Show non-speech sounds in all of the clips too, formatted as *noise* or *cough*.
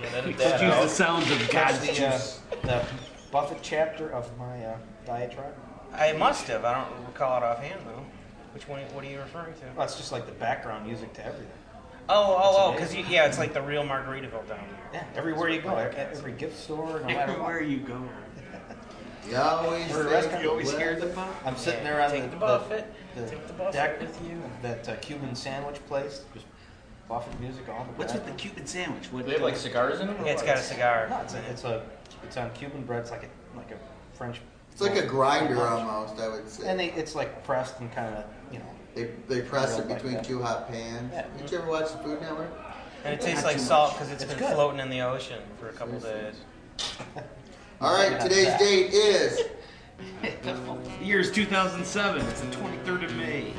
Yeah, then We it's that could use out. the sounds of That's God's the, uh, juice. the Buffett chapter of my uh, diatribe. I must have. I don't recall it offhand though. Which one? What are you referring to? Well, it's just like the background music to everything. Oh, oh, oh, That's because yeah, it's like the real Margaritaville down here. Yeah, everywhere you go, at every gift store, no matter Everywhere what. you go. You always We're a think restaurant, you you always will. hear the I'm sitting there on Take the, the Buffet. the, the Take the Buffet deck with you. That uh, Cuban sandwich place, just Buffett music all the What's way. with the Cuban sandwich? What, They have like uh, cigars in them. or Yeah, it's what? got a cigar. No, it's a, it's a, it's on Cuban bread. It's like a, like a French. It's like a grinder um, almost, I would say. And they, it's like pressed and kind of, you know. They, they press Grill it like between that. two hot pans. Yeah. Mm-hmm. Did you ever watch the Food Network? And it Not tastes too like much. salt because it's It's been good. floating in the ocean for a couple days. All right, Yeah, today's that. date is The year is 2007. It's the 23rd of May.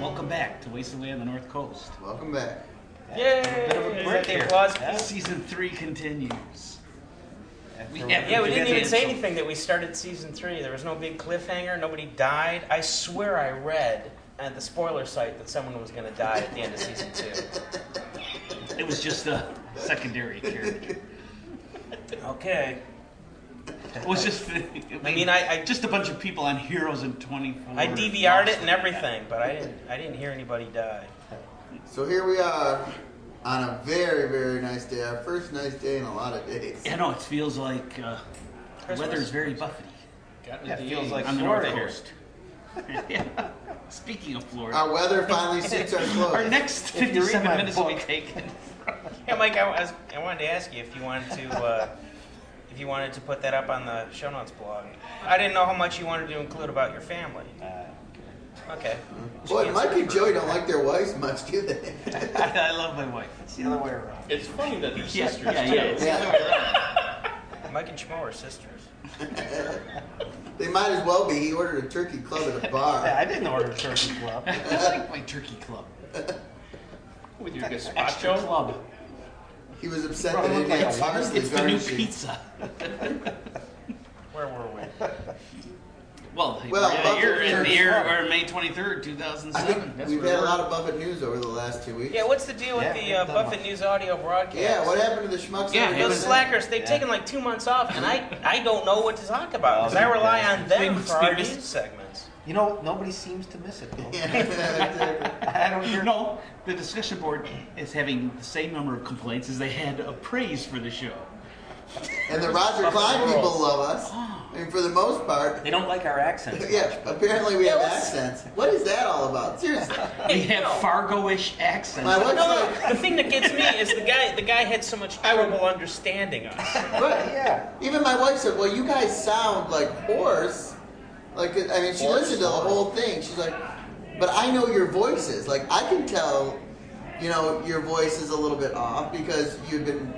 Welcome back to Wasted Way on the North Coast. welcome back. Yay! bit of a Is break that the here. applause? Yeah. Season three continues. after Yeah, Yeah, we You didn't guys even say had some- anything that we started season three. There was no big cliffhanger. Nobody died. I swear I read at the spoiler site that someone was going to die at the end of season two. It was just a secondary character. Okay. It was just. I mean, I, I just a bunch of people on Heroes in 24. I DVR'd it and everything, but I didn't. I didn't hear anybody die. So here we are on a very, very nice day. Our first nice day in a lot of days. I know it feels like uh, the Christmas. weather's very buffety Got Yeah, it feels the- like on the Florida North here. Coast. *laughs* yeah. Speaking of Florida, Our weather *laughs* finally suits our clothes. our next If you read 57 my minutes will be book. taken. *laughs* Yeah, Mike. I, was, I wanted to ask you if you wanted to. Uh, *laughs* if you wanted to put that up on the show notes blog, I didn't know how much you wanted to include about your family. Uh, Okay. Boy, Mike and Joey don't like their wives much, do *laughs* they? I love my wife. It's the other way around. It's funny that they're Yeah, sisters yeah, too. yeah, it's the other Mike and Schmo are sisters. they might as well be. He ordered a turkey club at a Yeah, bar. I didn't order a turkey club. I like my turkey club. With your Extra gazpacho. club. He was upset Bro, that look it like had a farms It's the new pizza. Where were we? *laughs* Well, Well, yeah, you're in the Buffett- year or May 23rd, I 2007. think That's we've where had a we're- lot of Buffett news over the last two weeks. Yeah, what's the deal with Yeah, the we've uh, done Buffett one. News audio broadcast? Yeah, what happened to the schmucks? Yeah, that were it Those was- doing slackers, they've Yeah. taken like two months off, and I, I don't know what to talk about because I Well, rely yeah. on them Big for our speakers. news segments. You know, nobody seems to miss it. though. that? *laughs* *laughs* Yeah, exactly. I don't hear. No, the discussion board is having the same number of complaints as they had appraised for the show. And the Roger Klein people love us. I mean, for the most part. *laughs* They don't like our accents. Yeah, apparently we Yeah, have what's- accents. What is that all *laughs* about? Seriously. They Hey, have no. Fargo-ish accents. My No, wife's no, like, no. The thing that gets me is the guy. The guy had so much trouble understanding us. right. Yeah. Even my wife said, well, you guys sound like horse. Like, I mean, she Horse? listened to the whole thing. She's like, but I know your voices. Like, I can tell, you know, your voice is a little bit off because you've been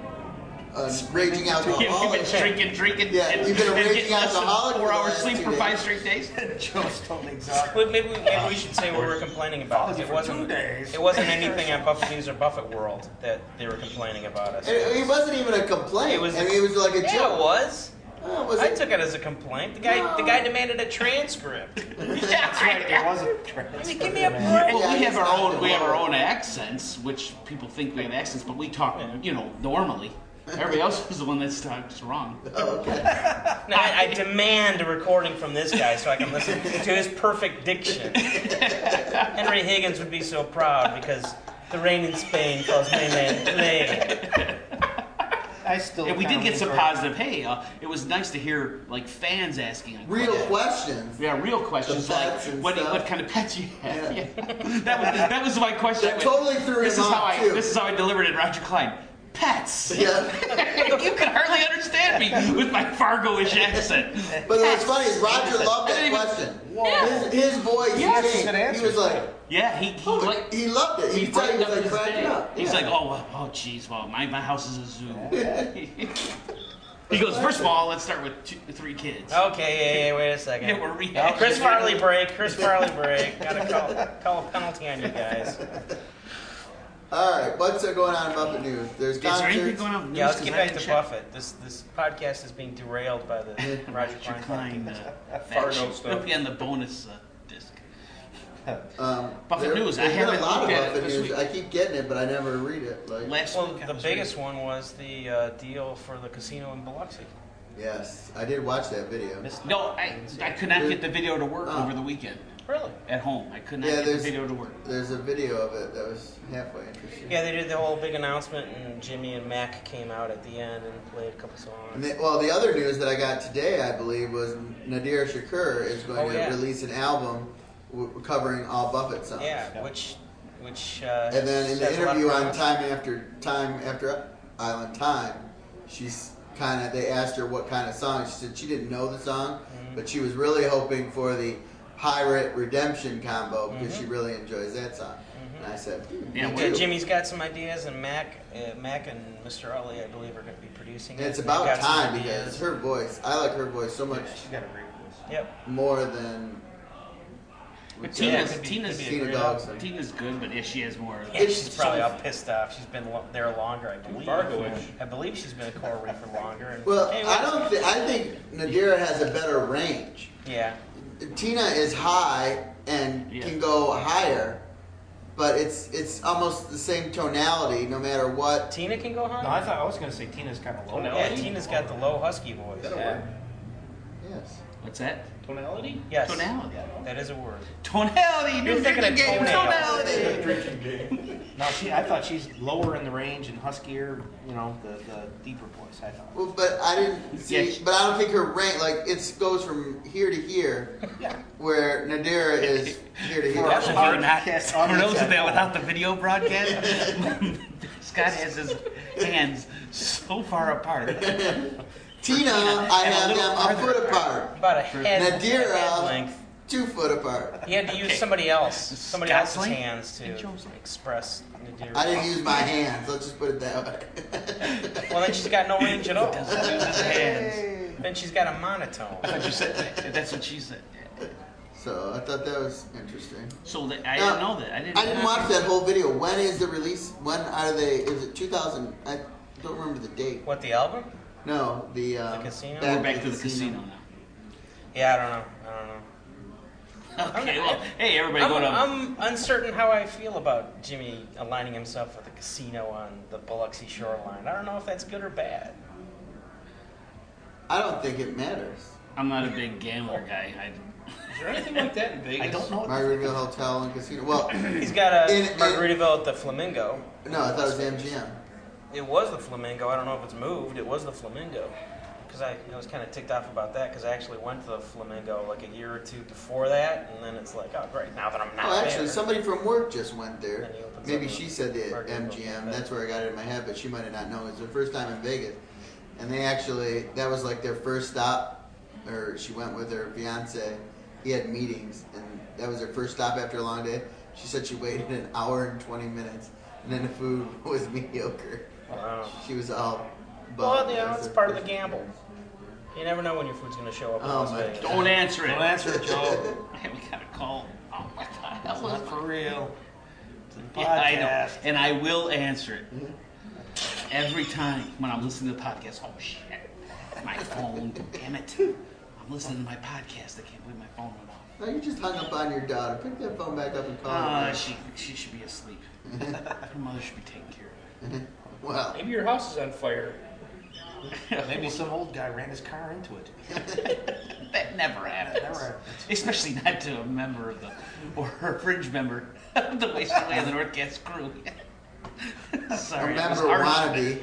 uh, raging Yeah, we've alcoholic. been drinking, drinking, Yeah, and, you've been a and raging getting less than alcoholic for four the hours last sleep two for days. five straight days. *laughs* Joe's totally exhausted. Well, maybe, we- maybe we should say what we're complaining about. Apology It for two wasn't. days. It wasn't anything on Buffett News or Buffett World that they were complaining about us. And it, it wasn't even a complaint. It was I a- mean, it was like a Yeah, it joke. was. Oh, was I it? took it as a complaint. The guy. The guy demanded a transcript. That's right. It wasn't *laughs* transferred. Give me a man. break. *laughs* Well, Yeah, we have it's our not own the we have our law. own accents, which people think we have accents, but we talk you know normally. Everybody else is the one that's talks wrong. Oh, okay. No, I, I demand a recording from this guy so I can listen to his perfect diction. Henry Higgins would be so proud because the rain in Spain calls my man Clay. I still. And we did kinda get some enjoy- positive. Hey, uh, it was nice to hear like fans asking. Real questions. Yeah, real questions The like pets and what, stuff. what kind of pets you have. Yeah. Yeah. that was that was my question. That totally threw this him is how off, I too. this is how I delivered it, Roger Klein. Pets. *laughs* Yeah. you can hardly understand me with my Fargo-ish accent. But what's funny is Roger I loved that didn't even- question. His, his voice Yes. Good changed. answer. He was like, Yeah, he he Oh, like he loved it. He, He thought he brightened was up like his cracking day. up. He's Yeah. like, oh, well, oh, jeez, well, my, my house is a zoo. *laughs* he goes, first of all, let's start with two, three kids. Okay, yeah, Oh, yeah, wait a second. *laughs* Yeah, we're reacting. Chris Farley break, Chris Farley *laughs* break. Gotta call, call a penalty on you guys. All right, what's uh, going on in Muppet News? There's Is there anything concerts. going on? with Yeah, news? let's 'Cause get I back didn't to check Buffett. This this podcast is being derailed by the Roger Roger Klein. *laughs* Klein. Uh, Fargo faction. stuff. It'll be on the bonus uh, disc. Um, Buffett there- News, I there's been haven't a lot looked of at it Buffett this News. week. I keep getting it, but I never read it. Like, Last Well, week I the was biggest one was the uh, deal for the casino in Biloxi. yes, I did watch that video. reading- No, I, I could not get the video to work Oh. over the weekend Really? at home. I could not Yeah, get the there's- video to work. There's a video of it that was halfway interesting. Yeah, they did the whole big announcement, and Jimmy and Mac came out at the end and played a couple And songs. the- well, the other news that I got today, I believe, was Nadir Shakur is going Oh, to yeah. release an album w- covering all Buffett songs. Yeah, which, which. Uh, And then in the says a lot interview on about us. Time After Time After Island Time, she's kind of they asked her what kind of song. She said she didn't know the song, Mm-hmm. but she was really hoping for the Pirate Redemption combo because Mm-hmm. she really enjoys that song. And I said, hmm, Yeah, me what- Yeah, too. Jimmy's got some ideas, and Mac, uh, Mac and Mr. Ali, I believe, are going to be producing And it. it's They've got about some time ideas. because her voice, I like her voice so much She's got a great voice. Yep. more than. But Yeah, Tina's, could be- Tina's, could be a Tina great Dogs. Tina's good, but yeah, she has more. Yeah, she's It's probably so- all pissed off. She's been lo- there longer, I believe. Bargovich. I believe she's been a Corey for *laughs* longer. And, Well, Hey, I what- don't. Th- I think Nadira has a better range. Yeah. Tina is high and Yeah. can go higher, but it's it's almost the same tonality no matter what. Tina can go No, I high. thought I was gonna say Tina's kind of low. Yeah, Tina's got the low husky voice. Yeah. Yes. What's that? Tonality? Yes. Tonality. That is a word. Tonality. You're new thinking of drinking game, toenail. Tonality. Drinking game. No, she. I thought she's lower in the range and huskier. You know, the, the deeper voice. I thought. Well, but I didn't see. Yes. But I don't think her rank like it goes from here *laughs* to here, Yeah. where Nadira is here to here. For those of you not, Podcast, for those of audio that without the video broadcast, Scott has his hands so far apart. Tina, I And a have little them a farther foot apart. About a head, a head Nadira, length. two foot apart. He had to use somebody else, somebody Scott's else's length hands to and Joe's length. express Nadira. I didn't use my hands. Let's just put it that way. *laughs* Well, then she's got no range at all. Doesn't use his hands. then she's got a monotone. That's what you said. That's what she said. so I thought that was interesting. So that I No, didn't know that. I didn't. I didn't watch that whole video. When is the release? When are they? Is it 2000? I don't remember the date. What the album? No, the, um, The casino? We're back to the casino Yeah, I don't know. I don't know. now. Okay. Well, hey, everybody, I'm, go to I'm uncertain how I feel about Jimmy aligning himself with a casino on the Biloxi shoreline. I don't know if that's good or bad. I don't think it matters. I'm not a big gambler guy. Is there anything like that in Vegas? I, I don't know. what- Margaritaville Hotel and Casino. Well, *clears throat* no, He's got a In- in- Margaritaville at the Flamingo. I thought it was MGM. It was the Flamingo. I don't know if it's moved. It was the Flamingo. Because I, I was kind of ticked off about that because I actually went to the Flamingo like a year or two before that. And then it's like, oh, great. Now that I'm not Oh, actually, there. somebody from work just went there. And he opens Maybe up a she said the Margaritaville. MGM. That's where I got it in my head, but she might have not known. It was her first time in Vegas, and they actually that was like their first stop, or she went with her fiance. He had meetings, and that was her first stop after a long day. She said she waited an hour and twenty minutes, and then the food *laughs* was mediocre. Wow. She was all. Well, bummed. you That know, was it's her part of the first- gamble. You never know when your food's going to show up in Oh, Las my Vegas. Don't answer it. Don't answer it, Joe. Hey, we got a call. Oh my god, that It's was not for real. It's a Yeah, I know, podcast. and I will answer it every time when I'm listening to the podcast. Oh shit, my phone! Damn it! I'm listening to my podcast. I can't believe my phone went off. No, you just hung up on your daughter. Pick that phone back up and call Uh, her. she she should be asleep. Her mother should be taking care of Well, Maybe your house is on fire. Maybe some old guy ran his car into it. it. That never happens. Never happens. Especially not to a member of the or a fringe member *laughs* of the Waste Away on the Northcast crew. *laughs* a Sorry, I was member harsh. wannabe.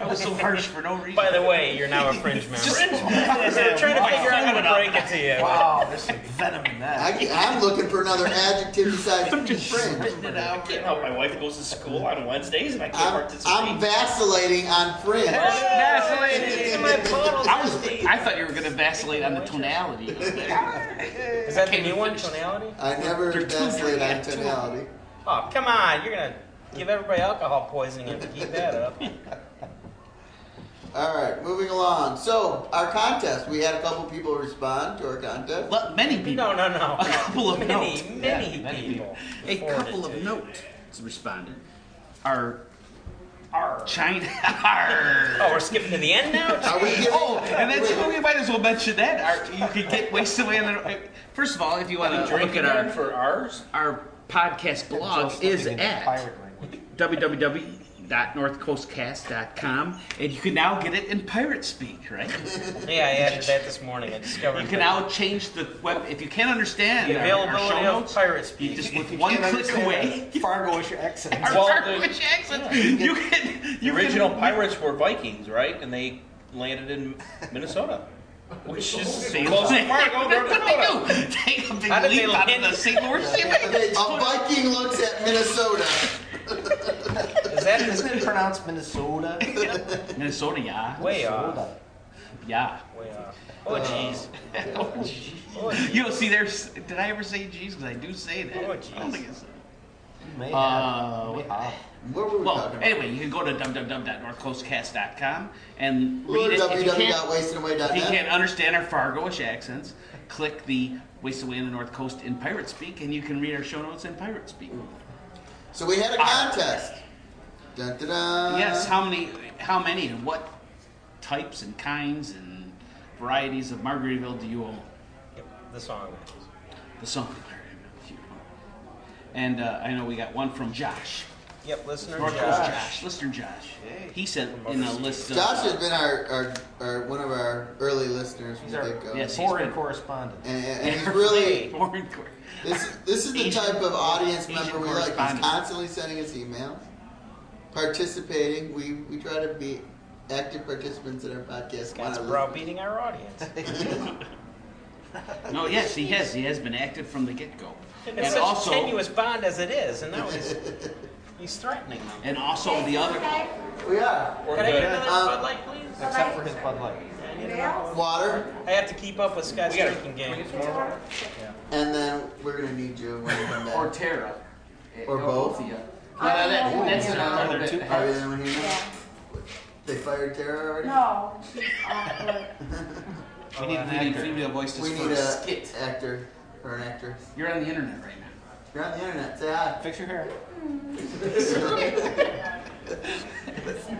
I was so harsh for no reason. By the way, you're now a *laughs* fringe member. *laughs* We're trying to figure out how to break it to you. Wow, there's some venom in that. I, I'm looking for another adjective besides *laughs* I'm just fringe. spitting it out. I can't help. My wife goes to school on Wednesdays, and I can't I'm, participate. I'm vacillating on fringe. Vacillating. Into my puddles. I was. I thought you were gonna vacillate on the tonality. Is that the Can't new even one, finish. tonality? I never You're too vacillate on bad, too. tonality. Oh, come on. You're going to give everybody alcohol poisoning if you keep that *laughs* up. All right, moving along. So our contest, we had a couple people respond to our contest. Well, many people. No, no, no. A couple of many, note. many, Yeah, many people. A forwarded couple it. of notes responded. Our Arr. China. *laughs* Oh, we're skipping to the end now? Are we giving? Oh, and that's wait, we might as well mention that. Our, you could get wasted away on the. First of all, if you want to look Drinking at on our for ours? our podcast blog Still is stepping into at pirate language. www.northcoastcast.com, and you can now get it in pirate speak, right? Yeah, I added that this morning. I discovered You can that now change the web if you can't understand the our- our show availability of notes. pirate You speak. just with You one can't click understand away. a Fargo-ish *laughs* accent. Our Well, pirate the- accents. You can. The You original can, pirates were Vikings, right? And they landed in Minnesota, which is Same close to thing. Fargo, *laughs* North That's what Dakota. they do. Take a big How did they leap out of the land? St. Louis Sea. A Viking looks at Minnesota. Is that Isn't it pronounced Minnesota? Minnesota, yeah. way off? Yeah. Way off. Oh, jeez. Oh, You jeez. know, see, there's. Did I ever say Jesus? I do say that. Oh, I don't think it's. You may have. Uh, You may have. What were we Well, talking about? anyway, you can go to www.northcoastcast.com and Or read it. If you, can't, if you www.wastedaway.net. can't understand our Fargo-ish accents, click the Waste Away on the North Coast in Pirate Speak, and you can read our show notes in Pirate Speak. So we had a contest. Dun, dun, dun. yes, how many, how many, and what types and kinds and varieties of Margaritaville do you own? The song. The song Margaritaville do you own? And uh, I know we got one from Josh. Yep, listener North Coast Josh. Josh, listener Josh. He said in a list of Josh has been our, our, our one of our early listeners from He's our- the get-go. yes. Foreign *laughs* correspondent. And, and, and he's really Foreign cor- this this is the Asian- type of audience member Asian we like. He's correspondent. constantly sending us emails, participating. We we try to be active participants in our podcast. Scott's Wanna browbeating our audience. No, yes, he has. He has been active from the get go. And It's such also, a tenuous bond as it is, and now he's, he's threatening them. and also the other. listen. We are We're Can I get good. another Um, Bud Light, please? Except for his Bud Light. I need another- water, I have to keep up with Scott's We gotta- drinking game. and then we're gonna need you when we come back. *laughs* Or Tara. Eh, Or both. of you. Yeah, that- Ooh, that's you know, another another bit. bit. Are we the one here? Yeah. They fired Tara already. No, she's awkward. We need an We need actor. female voices We for need a a skit. actor or an actress. You're on the internet right now. You're on the internet. Say *laughs* hi. Fix your hair.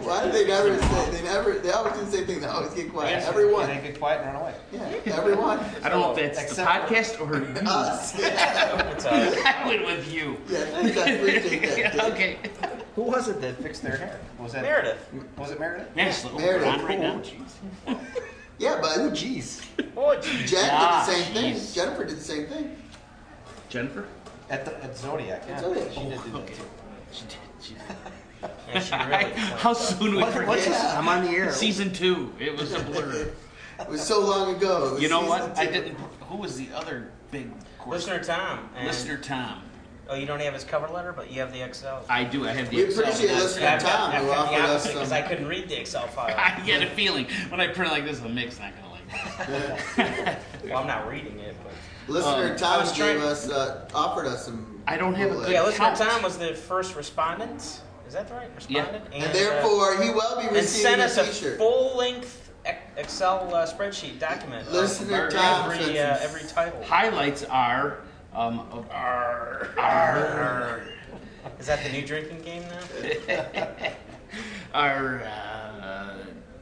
Why do they never say? They never. They always do the same thing. They always get quiet. And Everyone. then get quiet and run away. Yeah. *laughs* Everyone. I don't know if that's the Oh, Except for- podcast or *laughs* you. Us. *laughs* Yeah. It's uh, I went with *laughs* you. Thanks. I *laughs* appreciate that. Dick. okay. Who was it that fixed their hair? Was that Meredith. Was it Meredith? Man, it's a little Meredith, on right Oh, now. cool. Yeah, but oh, jeez. Oh, geez. Jack Ah, did the same jeez. thing. Jennifer did the same thing. Jennifer. At the at Zodiac. Yeah. Zodiac. She did do that Okay. too. She did. She *laughs* did. Yeah, she really How soon we What- what's forget? this? I'm on the air. Season two. It was a blur. It was so long ago. It was You know season what? two. I didn't. Who was the other big correspondent? Listener Tom. and- Listener Tom. Oh, you don't have his cover letter, but you have the XL. I do. I have the We Excel. appreciate Yes. listener Tom. who got the offered us opposite because some- I couldn't read the Excel file. *laughs* I get a feeling when I print it like this, the mic's not gonna like that. Well, I'm not reading it, but. Listener Um, I Tom was gave trying- us uh, offered us some. I don't have a bootleg. good- Yeah, listener Count. Tom was the first respondent. Is that right? Respondent? And uh, therefore, he will be and receiving sent a us a T-shirt. full-length Ex- Excel uh, spreadsheet document. of Listener every, Tom every, uh, sent some- every title. Highlights are um of- are are Is that the new drinking game now? are. Uh,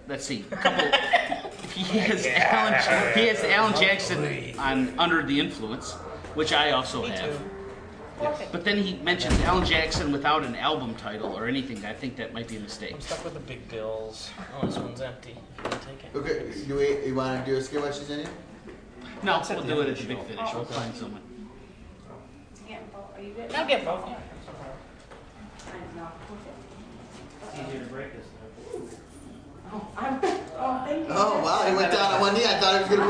let's see. A couple. He has Alan. He has Alan Jackson on Under the Influence, which I also Me have. too. But then he mentions Alan Jackson without an album title or anything. I think that might be a mistake. I'm stuck with the big bills. Oh, this one's empty. I'll take it. Okay, do we, you want to do a skit while she's in it? No, we'll do it at the big finish. We'll find someone. It's getting bold. Are you good? I'll get both. I don't know. Okay. Easier to break this. Oh, I'm, oh, thank you. Oh wow, he went down on one knee. I thought he was gonna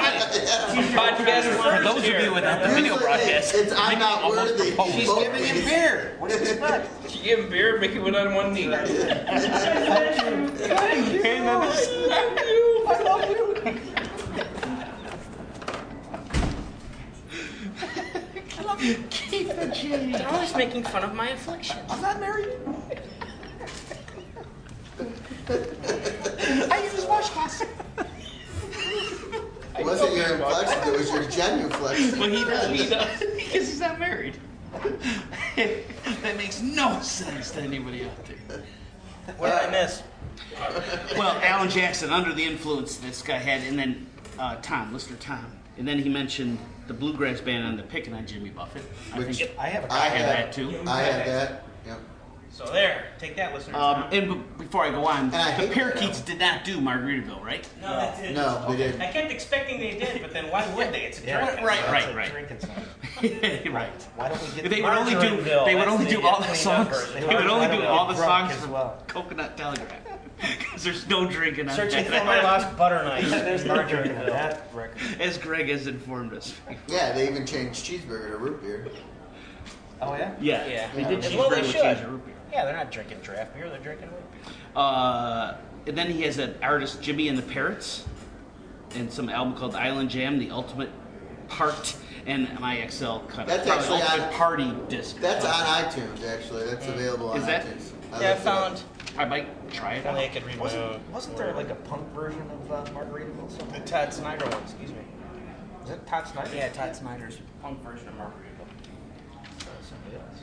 *laughs* propose. Podcast For those of you without the video Usually broadcast, It's I'm not worthy. She's Both giving him knees. beer. What do *laughs* you expect? She gave him beer, Mickey went on one knee. You're always making fun of my afflictions. I'm not married. I use washcloths. It wasn't your inflection, it was your *laughs* genuflection. Well, he does. He does because he's not married. *laughs* that makes no sense to anybody out there. What did I miss? Well, Alan Jackson, under the influence this guy had, and then uh, Tom, Lister Tom. And then he mentioned the bluegrass band and the picking on Jimmy Buffett. I Which- think. I have a I have had- that too. I had that. Yep. So there, take that, listeners. Um, and b- before I go on, And I the hate Parakeets did not do Margaritaville, right? *laughs* no, that didn't. No, they didn't. I kept expecting they did, but then why would they? It's a Yeah. drink. Right, That's right, a right. Drinking song. right. Why don't we get They would only do. Margaritaville, They would that's only the do all the cleanup songs. version. They would only do all the songs as from *laughs* well? Coconut Telegraph because there's no drinking on Searching for that. *laughs* my lost butter Yeah, knife. there's Margarine in that record. As Greg has informed us. Yeah, they even changed cheeseburger to root beer. Oh yeah. *laughs* Yeah, Yeah. They did Yeah. cheeseburger Well, they with should. ginger root beer. Yeah, they're not drinking draft beer; they're drinking root beer. Uh, and then he has an artist, Jimmy and the Parrots, and some album called Island Jam, The Ultimate Part, and MIXL cut That's it. actually Ultimate on- Party Disc. or That's on something. iTunes actually. That's available on Is that- iTunes. Yeah, I looked it up. found. I might try it If only I out. could read my Wasn't, own. wasn't there like a punk version of uh, Margaritaville? the Something? Todd Snyder one? Excuse me. Was it Todd Snyder? Yeah, Todd Snyder's punk version of Margaritaville.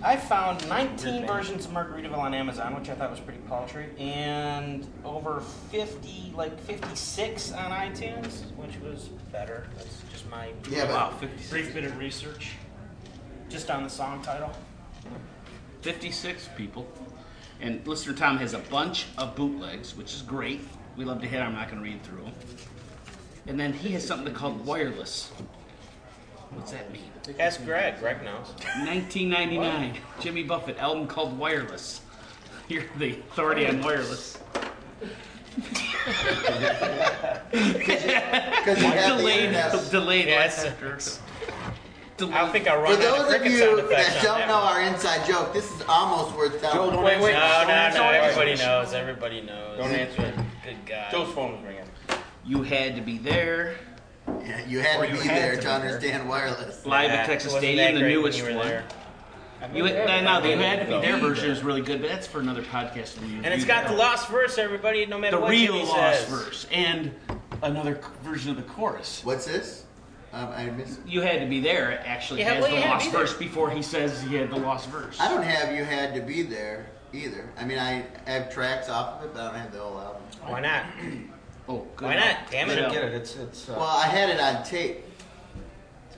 I found 19 versions of Margaritaville on Amazon, which I thought was pretty paltry, and over 50, like 56 on iTunes, which was better. That's just my Yeah, but Wow, 56, brief bit of research, just on the song title. 56 people. And listener Tom has a bunch of bootlegs, which is great. We love to hit. I'm not going to read through them. And then he has something called Wireless. What's that mean? Ask Greg. Greg knows. 1999, Jimmy Buffett album called Wireless. *laughs* You're the authority on *laughs* wireless. because you have the Delayed, internet. *laughs* delayed. Yeah, last it's- after. I don't Delayed. think I'll For run out of those of cricket you sound that effects on don't that know one. our inside joke, this is almost worth telling. Joe, don't Wait, wait, No, no, don't no. answer Everybody it. knows. Everybody knows. Don't answer it. Good God. Joe's phone was ringing. You had to be there. Yeah, you had Or to you be had there to to, be there. understand wireless. Live at Texas Stadium, the newest one. You had, now, the You Had to Be There version is really good, but that's for another podcast. we And it's reviewed. got the lost verse, everybody, no matter the what real Jimmy lost says. verse and another c- version of the chorus. What's this? Um, I missed. You had to be there. Actually, Yeah, has well, the you had to lost be there. verse before he says he had the lost verse. I don't have you had to be there either. I mean, I have tracks off of it, but I don't have the whole album. Why not? Oh, good Why enough. not? Damn I didn't it. get it. It's it's. Uh, Well, I had it on tape.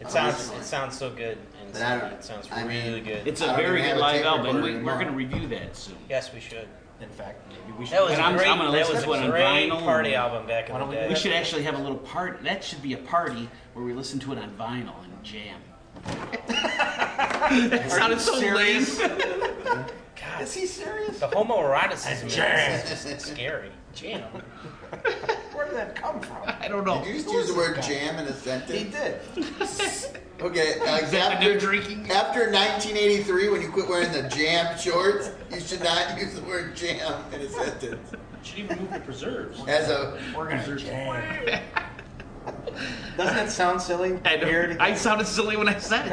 It sounds it sounds so good. And But I don't- it sounds I mean- really good. It's I a don't very even have good a live tape album. and recorder We, we're anymore. going to review that soon. yes, we should. in fact, maybe we should. That was And a I'm- great. I'm gonna that listen was to it a on great vinyl. party album back in Why the don't we day. We should actually have a little part. That should be a party where we listen to it on vinyl and jam. that sounded so lame. God, Is he serious? the homoeroticism is Jam. *laughs* just scary. Jam. Where did that come *laughs* from? *laughs* I don't Did know. you just use the word jam in a He sentence? did. Okay, *laughs* like that the new after, drinking? after 1983, when you quit wearing the jam shorts, you should not *laughs* use the word jam in a sentence. Should even move the preserves. As a We're gonna jam. Doesn't it sound silly? I, Weird don't- I sounded silly when I said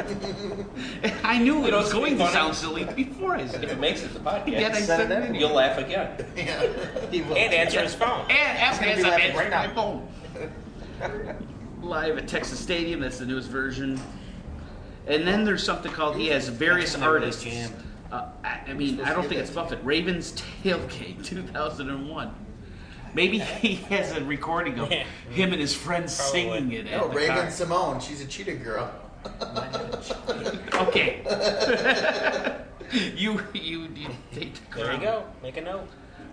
it. I knew it know, was it's going pretty to funny. sound silly before I said If it it. makes it to podcast, Yet I said it said it. anyway. you'll laugh again yeah. He will. and answer his phone. And after gonna this, be I'm laughing answering right my now. phone. *laughs* Live at Texas Stadium. That's the newest version. And then there's something called he has various That's another artists. jam. Uh, I, I mean, I don't think it's Buffett. Raven's Tailgate, *laughs* 2001. Maybe he has a recording of Yeah. him and his friends Probably. singing it. at No, the Raven car. Simone, she's a cheetah girl. Okay. *laughs* you, you you take the There you crown. go. Make a note.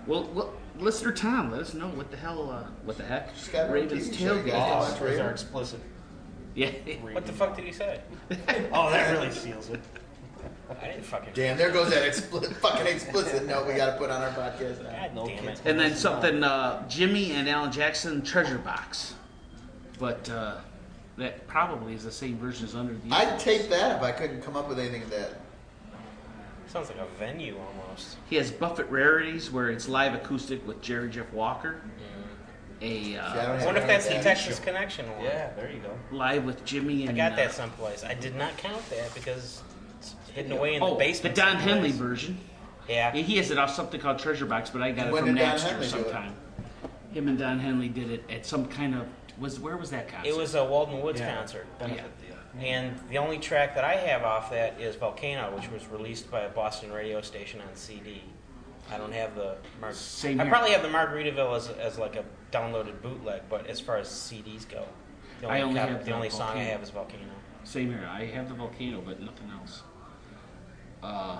Well, well, listener Tom, let us know what the hell, uh, what the heck, She's got her own Raven's TV show, you Tailgate. guys. Oh, that's our explicit. Yeah. What the fuck did he say? *laughs* Oh, that really seals it. I didn't fucking. Damn, there goes that expli- *laughs* fucking explicit note we got to put on our podcast now. God No damn it. kids. And then something, uh, Jimmy and Alan Jackson Treasure Box, but uh, that probably is the same version as Under the. I'd take that if I couldn't come up with anything of that. Sounds like a venue almost. He has Buffett Rarities, where it's live acoustic with Jerry Jeff Walker. A See, I don't uh, I have wonder if none of that's the that. Texas Connection one. Yeah, there you go. live with Jimmy I and. got uh, that someplace. I did not count that because it's hidden away in the oh, basement. the Don someplace. Henley version. Yeah. He has it off something called Treasure Box, but I got it When from did Don Napster Henley do it? sometime. Him and Don Henley did it at some kind of was where was that concert? It was a Walden Woods Yeah. concert. Benefit deal. And the only track that I have off that is Volcano, which was released by a Boston radio station on CD. I don't have the Mar- Same I here. probably have the Margaritaville as, as like a downloaded bootleg, but as far as CDs go, the only, I only cop- have the only the song I Volcano. have is Volcano. Same here. I have the volcano, but nothing else. Uh,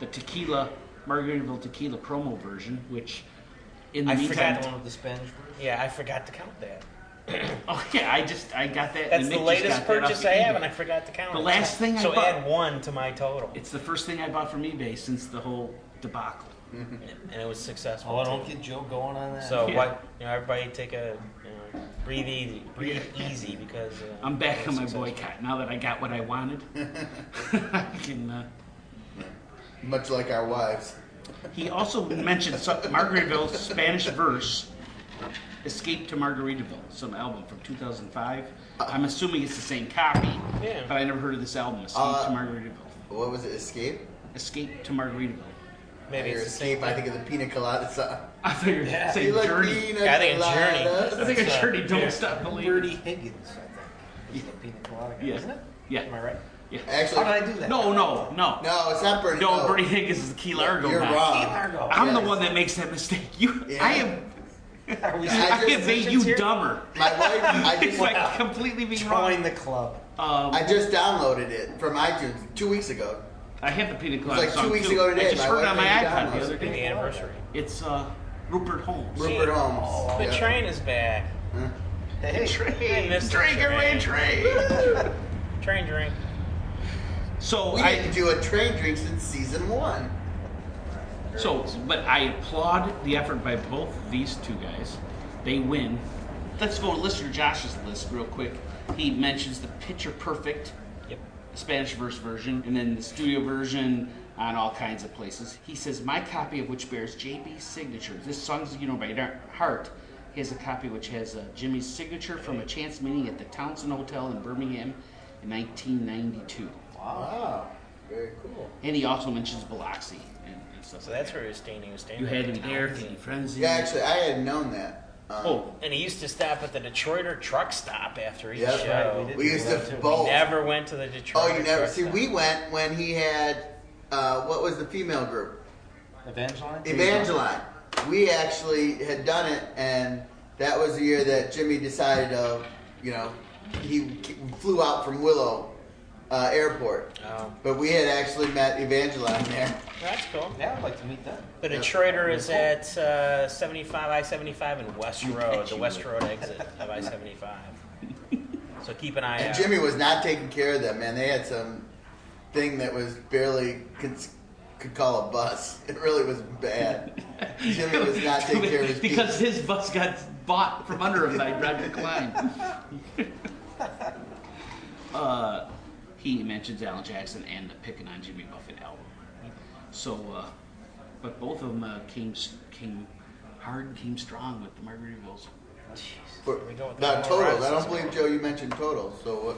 the tequila, Margaritaville tequila promo version, which in the I meantime, forgot the one with the Spanish word. Yeah, I forgot to count that. *laughs* oh yeah, I just I got that. That's and the Mick just latest got that off purchase of I have, eBay. and I forgot to count The it. last thing I so bought- add one to my *laughs* total, It's the first thing I bought from eBay since the whole debacle. and it was successful. Oh, too. don't get Joe going on that. So Yeah. what? You know, everybody take a you know, breathe easy, breathe easy because uh, I'm back it's on my successful. boycott now that I got what I wanted. *laughs* I can, uh, Much like our wives. he also mentioned some, Margaritaville's Spanish verse, "Escape to Margaritaville," some album from 2005. I'm assuming it's the same copy, Yeah. but I never heard of this album, "Escape Uh, to Margaritaville." What was it? Escape. "Escape to Margaritaville." Maybe Or it's the escape. I think of the pina colada song. I thought you were Yeah. saying Like "Journey." pina I think it's Journey. I coladas. think it's That's, uh, "Journey." Don't yeah. stop Bernie believing. E. Higgins, I think. is the Pina colada guy, Yeah. isn't it? Yeah. Am I right? Yeah. Actually, How did I do that? No, no, no, no. No, it's not Bernie. no. Bernie Higgins is the Key Largo You're guy. Uh, wrong. Largo. I'm the Yes. one that makes that mistake. You, Yeah. I am. *laughs* Are we I I, just- have made you dumber. My wife, I It's just, like completely being *laughs* join wrong. the club? Um, I just downloaded it from iTunes two weeks ago. I have the pina colada like two song weeks too. ago today, I just my heard it wife on my made me iPod download the other same- the day. anniversary. It's uh, Rupert Holmes. Rupert Holmes. The Oh, Yeah. train is back. Hey, I Train, missed the drink away, train. Train drink. so We I, didn't do a train drink since season one. so, but I applaud the effort by both these two guys. They win. Let's go to listener Josh's list real quick. He mentions the picture perfect Yep. Spanish verse version, and then the studio version on all kinds of places. He says, My copy of which bears JB's signature. This song's you know by dar- heart. He has a copy which has uh, Jimmy's signature from a chance meeting at the Townsend Hotel in Birmingham in 1992. Wow, very cool. And he also mentions Biloxi and, and stuff So like that's where he was standing. He was that. standing. You had to at be the there, top. Thinking Frenzy. Yeah, actually, I had known that. Um, Oh, And he used to stop at the Detroiter truck stop after each Yep. show. Right, we used We to never both. Never went to the Detroit. Oh, you never see. We went when he had uh, what was the female group? Evangeline. Evangeline. We actually had done it, and that was the year that Jimmy decided to, you know, he k- flew out from Willow uh, Airport. Oh, But we had actually met Evangeline there. that's cool. Yeah, I'd like to meet them. The Detroiter is at uh, 75 I 75 and West Road, the West Road exit of I 75. So keep an eye And out. Jimmy was not taking care of them, man. They had some thing that was barely could, could call a bus. *laughs* It really was bad. Jimmy was *laughs* not taking care of his people. because his bus got bought from under him by Roger Klein. *laughs* *laughs* uh, he mentions Alan Jackson and the Pickin' on Jimmy Buffett album. So, uh, but both of them uh, came s- came hard and came strong with the Margaritavilles. For, we go with now, the Royals totals. I this don't believe morning. Joe. You mentioned totals. So what?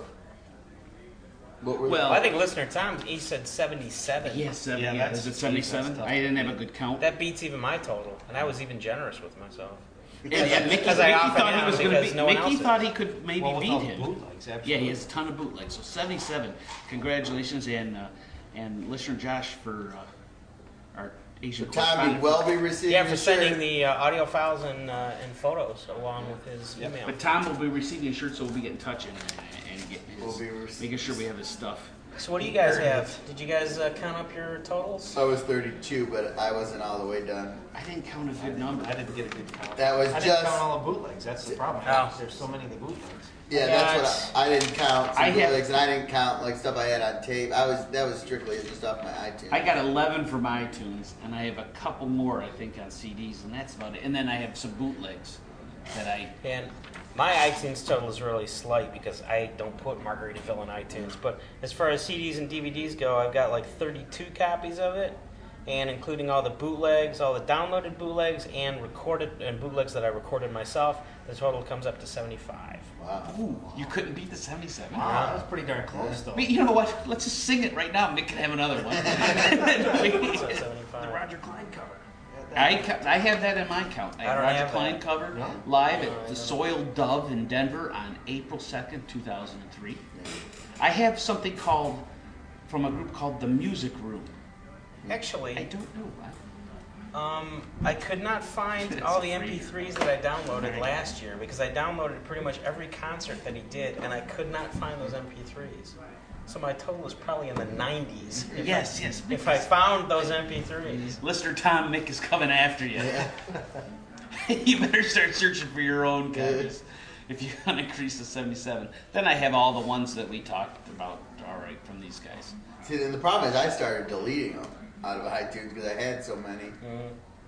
What were *laughs* Well, Well, I think listener Tom, he said 77. Yes, seven, Yeah, yeah, that's- is it seventy-seven? that's tough. I didn't have a good count. That beats even my total, and I was even generous with myself. and, yeah, Mickey, *laughs* As I Mickey often thought am, he was going to because beat. no one Mickey else thought is. he could maybe Well, with beat all the him. bootlegs, Yeah, he absolutely. has a ton of bootlegs. So 77. Congratulations, and uh, and listener Josh for uh, our Asian Tom correspondent. would well be receiving. Yeah, for his shirt. sending the uh, audio files and uh, and photos along with his email. But Tom will be receiving a shirt, so we'll be getting in touch and, and getting his, We'll be rece- making sure we have his stuff. So what do you guys have? Did you guys uh, count up your totals? I was 32, but I wasn't all the way done. I didn't count a good number. I didn't get a good count. That was I didn't just- count all the bootlegs. That's the problem. Oh. There's so many of the bootlegs. Yeah, Yeah, that's it's- what I, I didn't count. Some I had- bootlegs, and I didn't count like stuff I had on tape. I was that was strictly just off my iTunes. I got 11 from iTunes, and I have a couple more, I think, on CDs, and that's about it. And then I have some bootlegs that I. And my iTunes total is really slight because I don't put Margaritaville on iTunes. But as far as CDs and DVDs go, I've got like 32 copies of it, and including all the bootlegs, all the downloaded bootlegs, and recorded and bootlegs that I recorded myself, the total comes up to 75. Wow. Ooh, you couldn't beat the 77. Wow, that was pretty darn close, though. But you know what? Let's just sing it right now. Mick can have another one. *laughs* So *laughs* the 75. Roger Klein cover. That- I, ca- I have that in my count. I, I have don't Roger have Klein that. covered No? live at the Soil Dove in Denver on April 2nd, 2003. I have something called, from a group called The Music Room. I Actually, don't know. I- um, I could not find all the MP3s that I downloaded last year because I downloaded pretty much every concert that he did, and I could not find those MP3s. So my total is probably in the 90s. if I- Yes, yes. If I found those MP3s. Listener Tom Mick is coming after you. *laughs* you better start searching for your own guys if you want to increase to 77. Then I have all the ones that we talked about, all right, from these guys. See, then the problem is I started deleting them out of iTunes because I had so many,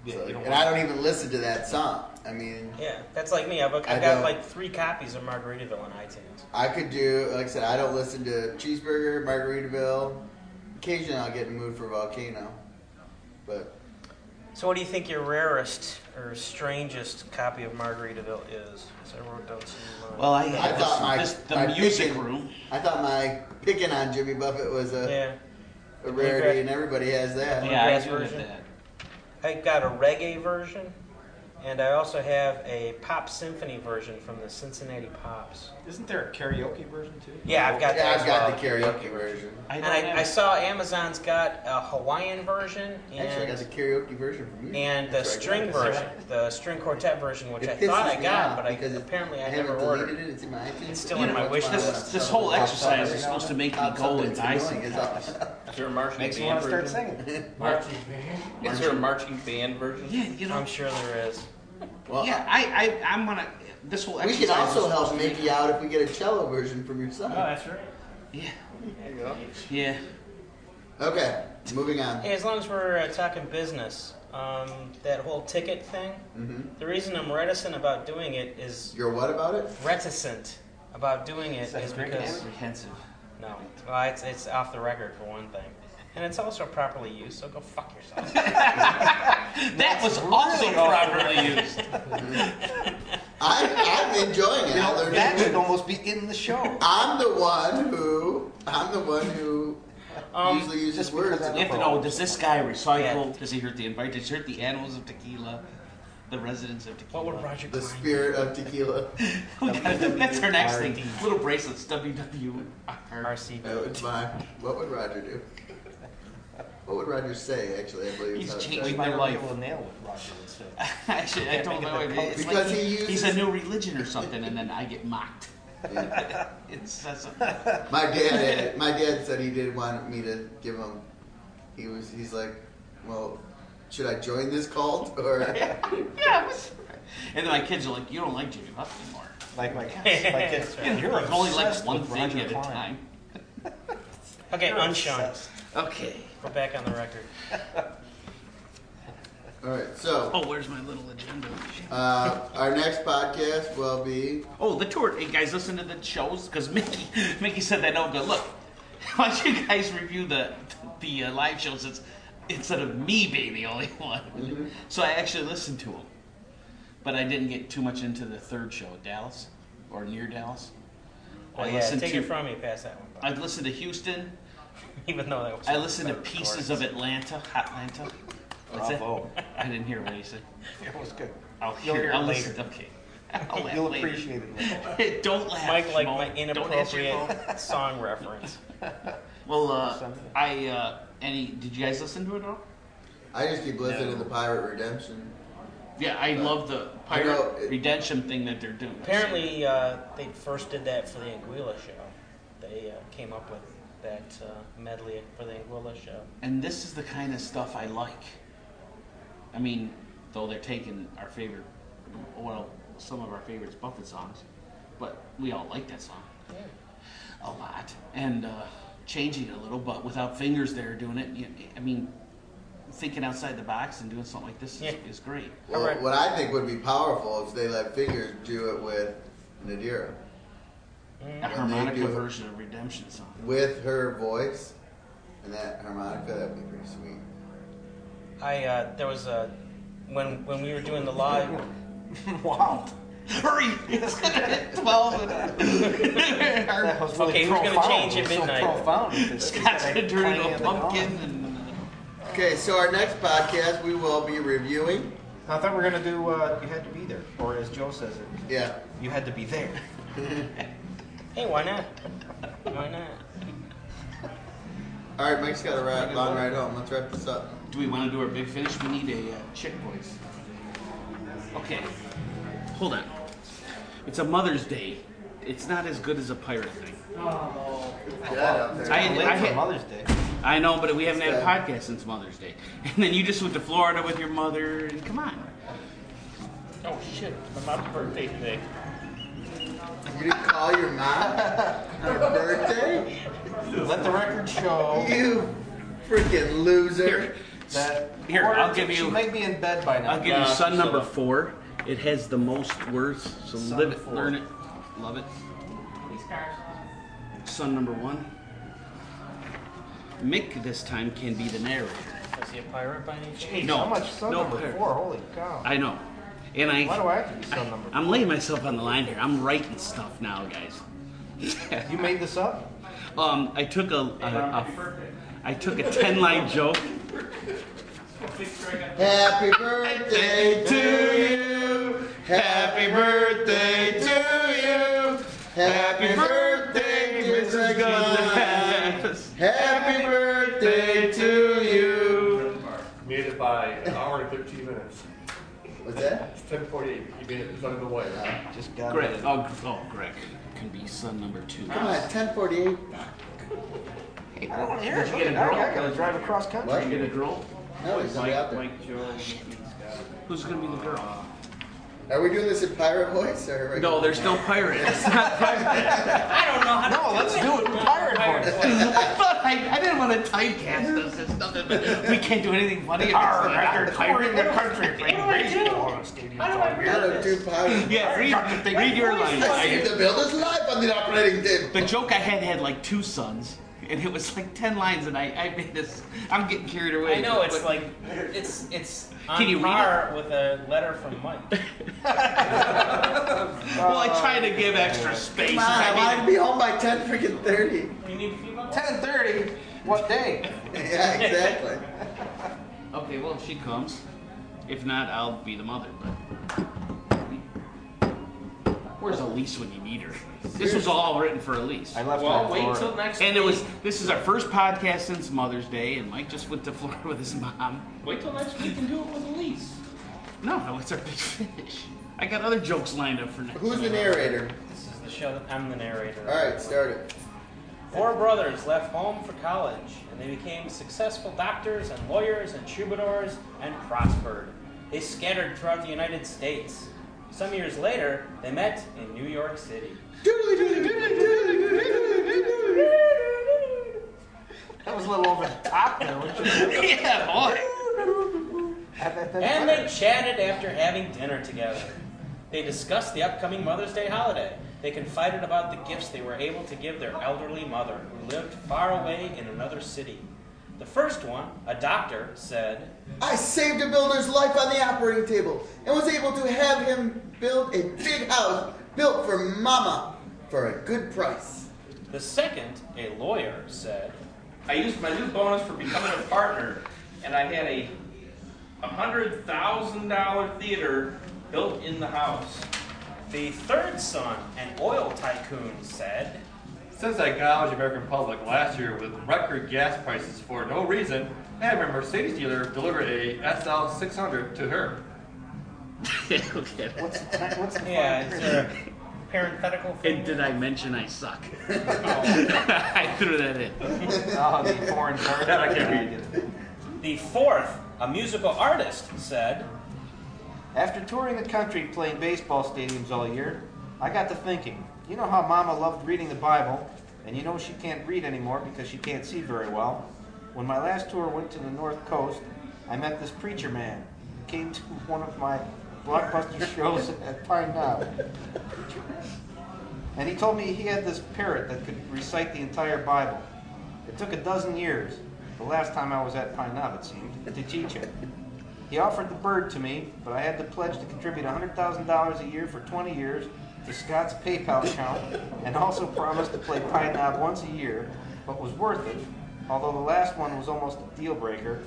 Yeah, So, you don't and I don't even listen to that song. I mean, Yeah, that's like me. I've, I've I got don't- like three copies of Margaritaville on iTunes. I could do, like I said, I don't listen to Cheeseburger, Margaritaville. Occasionally, I'll get in the mood for Volcano, but So, what do you think your rarest or strangest copy of Margaritaville is? Because I wrote down some. uh, Well, I I have thought my, this, this, the my music picking, room. I thought my picking on Jimmy Buffett was a, yeah, a rarity, and everybody has that. Yeah, I Bluegrass do have version. that. I got a reggae version, and I also have a pop symphony version from the Cincinnati Pops. Isn't there a karaoke version too? Yeah, I've got Yeah, that. I've as got well. the karaoke version. I And don't have I, I it. saw Amazon's got a Hawaiian version Actually, I and, got the karaoke version from you. and the That's right, string guys. version, the string quartet version, which It I thought pisses I me got, off but I, because it- apparently I, haven't never deleted ordered. it. It's in my iTunes. It's still in my wish this, this whole exercise is supposed to make me Pops up go and and it's buy some annoying, is all. copies. Is there a marching Makes you band want to version? start singing. Marching band. Is there a marching band version? Yeah, you know. I'm sure there is. *laughs* Well, yeah, I, I, I'm gonna. This whole we exercise. could also is- help Mickey out if we get a cello version from your son. that's right. Yeah, There you go. yeah. Okay, moving on. Hey, as long as we're uh, talking business, um, that whole ticket thing. hmm The reason I'm reticent about doing it is You're what about it? reticent about doing it Is that is great? because Apprehensive. no, well, it's, it's off the record for one thing, and it's also properly used. So go fuck yourself. *laughs* That was also properly *laughs* used. I, I'm *laughs* enjoying it. You I know, learned that something should new. almost be in *laughs* the show. *laughs* I'm the one who. I'm the one who Um, usually uses just because words. I- You have to know, does this guy recycle? Does he hurt the environment? Does he hurt the animals of tequila? The residents of *laughs* tequila? What would Roger The Klein? spirit of tequila. *laughs* That's our next thing. WWRD. Little bracelets, E WW. That RCB. was my. What would Roger do? What would Roger say? Actually, I believe. He's is how it changed said. my Never life. be able to nail what Roger would say. *laughs* Actually, I Can't don't make it know. that It's like Because he he- he's a uses- new religion or something, and then I get mocked. Yeah. It's that's My dad, my dad said he did want me to give him. He was, he's like, well, should I join this cult or? yeah. It was, and then my kids are like, "You don't like Jimmy Buffett anymore. Like my kids, my kids. You're You only like obsessed one with thing Roger at a Klein. time." Okay, You're unshun. obsessed. Okay. We're back on the record. All right, so Oh, where's my little agenda? Shit. uh, our next podcast will be. Oh, the tour. Hey guys, listen to the shows because Mickey, *laughs* Mickey said that. No, go look. *laughs* Why don't you guys review the the uh, live shows? It's, instead of me being the *laughs* only one. So I actually listened to them, but I didn't get too much into the third show, Dallas or near Dallas. Oh, I yeah, listened take to it from me. Pass that one. *laughs* By. I listened to Houston. Even though that was I listened to pieces of Atlanta, Hotlanta. What's that? Bravo. I didn't hear what he said. That was good. I'll You'll hear. hear it I'll later. listen. Okay. I'll laugh You'll later. appreciate it. later. *laughs* Don't laugh. Mike like Shmo. my Don't hit your phone. inappropriate *laughs* song *laughs* reference. Well, uh, Sunday. I uh, any did you guys listen to it at all? I just keep listening to the Pirate Redemption. Yeah, I love the I pirate know it- redemption thing that they're doing. Apparently, uh, they first did that for the Anguilla show. They uh, came up with that uh, medley for the Anguilla show. and this is the kind of stuff I like. I mean, though they're taking our favorite, well, some of our favorites Buffett songs, but we all like that song Hmm. a lot, and uh, changing it a little, but without fingers there doing it. You, I mean, thinking outside the box and doing something like this is, Yeah. is great. Well, All right. what I think would be powerful if they let Fingers do it with Nadira, A they harmonica do it. version of redemption *laughs* song. with her voice and that harmonica. That'd be pretty sweet. I uh, there was a when when we were doing the live. Wow. Hurry! It's gonna hit 12 and That was really Okay, who's gonna change profound. at It was so midnight? profound. It's- it's Scott's like gonna turn playing into in a the pumpkin dawn. and uh, Okay, so our next podcast we will be reviewing. I thought we were gonna do. Uh, you had to be there, or as Joe says it, Yeah. you had to be there. Hey, why not? Why not? All right, Mike's got a ride, long ride home. Let's wrap this up. Do we want to do our big finish? We need a uh, chick voice. Okay. Hold on. It's a Mother's Day. It's not as good as a pirate thing. It's dead out there. I- Late for hit- Mother's Day. I know, but we haven't had a podcast since Mother's Day. *laughs* And then you just went to Florida with your mother, and come on. Oh shit! It's my mom's birthday today. You didn't call your mom on her birthday? Let the record show You freaking loser. Here, that. Here, Or I'll give she you- might be in bed by now. I'll give Yeah, you son so- number four. It has the most words, so Son live it, four. learn it, love it. Son number one. Mick this time can be the narrator. Was he a pirate by any chance? Jeez, no, how much son no, number here. four? Holy cow! I know, and I. Why do I have to be son number? I'm laying myself on the line here. I'm writing stuff now, guys. You made this up? um, I took a, a, a I took a ten line joke. Happy birthday to you. Happy birthday to you. Happy birthday, Mrs. Gunn. Happy birthday to you. Made it by an hour and 13 minutes. What's that? It's 10:48. You made it. It's under the way. Just got Greg. it. Oh, Gr- oh, Greg can be son number two. Come on, 1048. I don't want to hear it. Did you Look get at a that. girl? I gotta drive across country. What? Get a girl. No, he's not out there. Who's gonna be the girl? Are we doing this in pirate voice or? No, there's no pirate. It's not pirate. I don't know how to. No, let's do it in pirate voice. I thought I, I didn't want to typecast us as nothing, but we can't do anything funny. if it's Our not record touring pirate. the country playing do I do? baseball on a stadium. How do I I read don't this? do *laughs* pirate. Yeah, read, read your line. I see the builder's life on the operating table. The joke I had had like two sons, and it was like ten lines, and I, I made this. I'm getting carried away. I know it's But- like it's it's on *laughs* Can you read par with a letter from Mike. *laughs* Well, I try to give extra space. Come on, I want to be home by 10 freaking 30. You need a few more. 10:30. What day? *laughs* Yeah, exactly. Okay, well, if she comes, if not, I'll be the mother. But where's Elise when you need her? This was all written for Elise. I left Well, my wait Florida. till next. And it week. was this is our first podcast since Mother's Day, and Mike just went to Florida with his mom. Wait till next week and do it with Elise. No, no, it's our big finish. I got other jokes lined up for next. Who's the week. narrator? This is the show that I'm the narrator. All right, start it. Four brothers left home for college, and they became successful doctors and lawyers and troubadours and prospered. They scattered throughout the United States. Some years later, they met in New York City. That was a little over the top there, wasn't it? *laughs* yeah, boy. And they chatted after having dinner together. They discussed the upcoming Mother's Day holiday. They confided about the gifts they were able to give their elderly mother, who lived far away in another city. The first one, a doctor, said, I saved a builder's life on the operating table and was able to have him build a big house built for Mama for a good price. The second, a lawyer, said, I used my new bonus for becoming a partner, and I had a hundred thousand dollar theater built in the house. The third son, an oil tycoon, said, Since I gouged the American public last year with record gas prices for no reason, I had my Mercedes dealer deliver a SL 600 to her. okay. What's the time? What's the Yeah, fucking it's a *laughs* parenthetical And thing. did I mention I *laughs* suck? I threw that in. uh, *laughs* Oh, the *laughs* foreign term. That I can't read. I get it. The fourth, a musical artist, said, After touring the country playing baseball stadiums all year, I got to thinking. You know how Mama loved reading the Bible, and you know she can't read anymore because she can't see very well. When my last tour went to the North Coast, I met this preacher man who came to *laughs* one of my blockbuster *laughs* shows at Pine Knob. And he told me he had this parrot that could recite the entire Bible. It took a dozen years, the last time I was at Pine Knob, it seemed, to teach it. He offered the bird to me, but I had to pledge to contribute $100,000 a year for 20 years to Scott's PayPal account and also promised to play Pine Knob once a year, but was worth it, although the last one was almost a deal breaker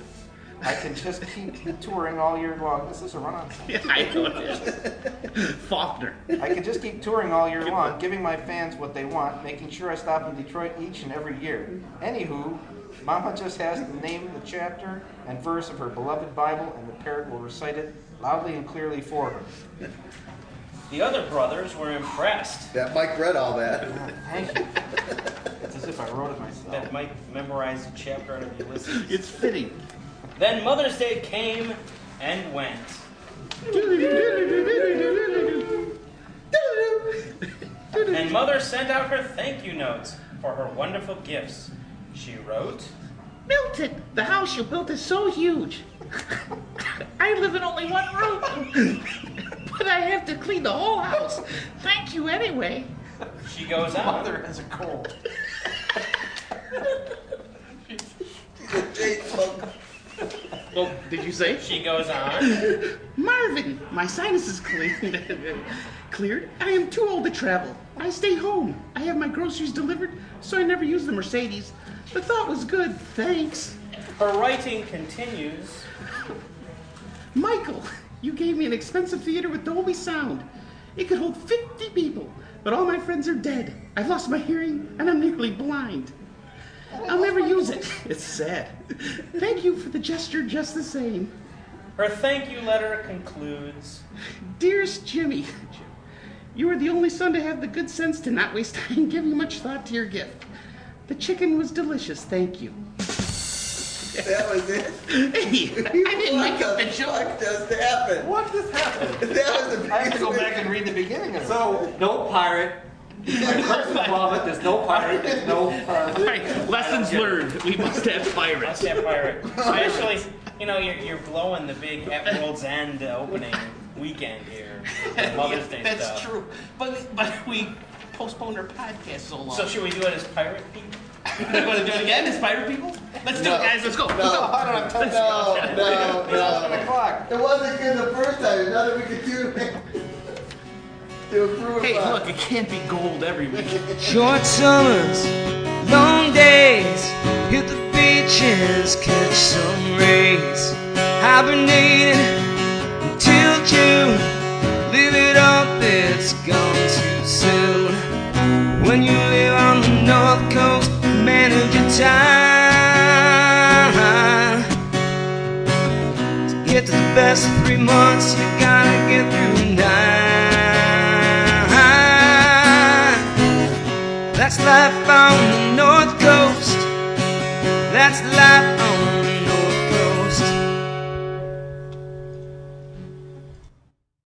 I can just keep touring all year long. This is a run-on sentence. I know it is. Faulkner. I can just keep touring all year long, giving my fans what they want, making sure I stop in Detroit each and every year. Anywho, Mama just has to name the chapter and verse of her beloved Bible, and the parrot will recite it loudly and clearly for her. The other brothers were impressed That Mike read all that. Thank you. It's as if I wrote it myself. that Mike memorized a chapter out of Ulysses. It's fitting. then Mother's Day came and went. And Mother sent out her thank you notes for her wonderful gifts. She wrote, Milton, the house you built is so huge. I live in only one room. but I have to clean the whole house. Thank you anyway. she goes on. Mother has a cold. *laughs* Well, did you say? She goes on. Marvin, my *laughs* sinuses cleaned. cleared. I am too old to travel. I stay home. I have my groceries delivered, so I never use the Mercedes. The thought was good, thanks. Her writing continues. Michael, you gave me an expensive theater with Dolby sound. It could hold 50 people, but all my friends are dead. I've lost my hearing and I'm nearly blind. I'll never use it. *laughs* It's sad. Thank you for the gesture just the same. Her thank you letter concludes. Dearest Jimmy, *laughs* you were the only son to have the good sense to not waste time *laughs* giving much thought to your gift. The chicken was delicious, thank you. That was it. *laughs* Hey, *laughs* I didn't what make up the the joke. fuck does happen? What just happened? That was the I have to biggest go mistake. back and read the beginning of it. So, no pirate. I personally love it. There's no pirate. There's no pirate. Right, lessons learned. We must have Must pirates. have pirate. Especially, you know, you're, you're blowing the big at World's End opening weekend *laughs* here. Mother's Day That's stuff. true. But we, but we postponed our podcast so long. So should we do it as pirate people? you want to do it again? As pirate people? Let's do it, No. guys. Let's go. No, I don't have time. no, no, Seven no. o'clock. It wasn't good the first time. There's nothing we could do *laughs* to- to improve Hey, on. look, it can't be gold every week. Short summers, long days, hit the beaches, catch some rays. Hibernate until June, live it up, it's gone too soon. When you live on the North Coast, manage your time. To get to the best of three months, you gotta get through nine. That's life on the North Coast. That's life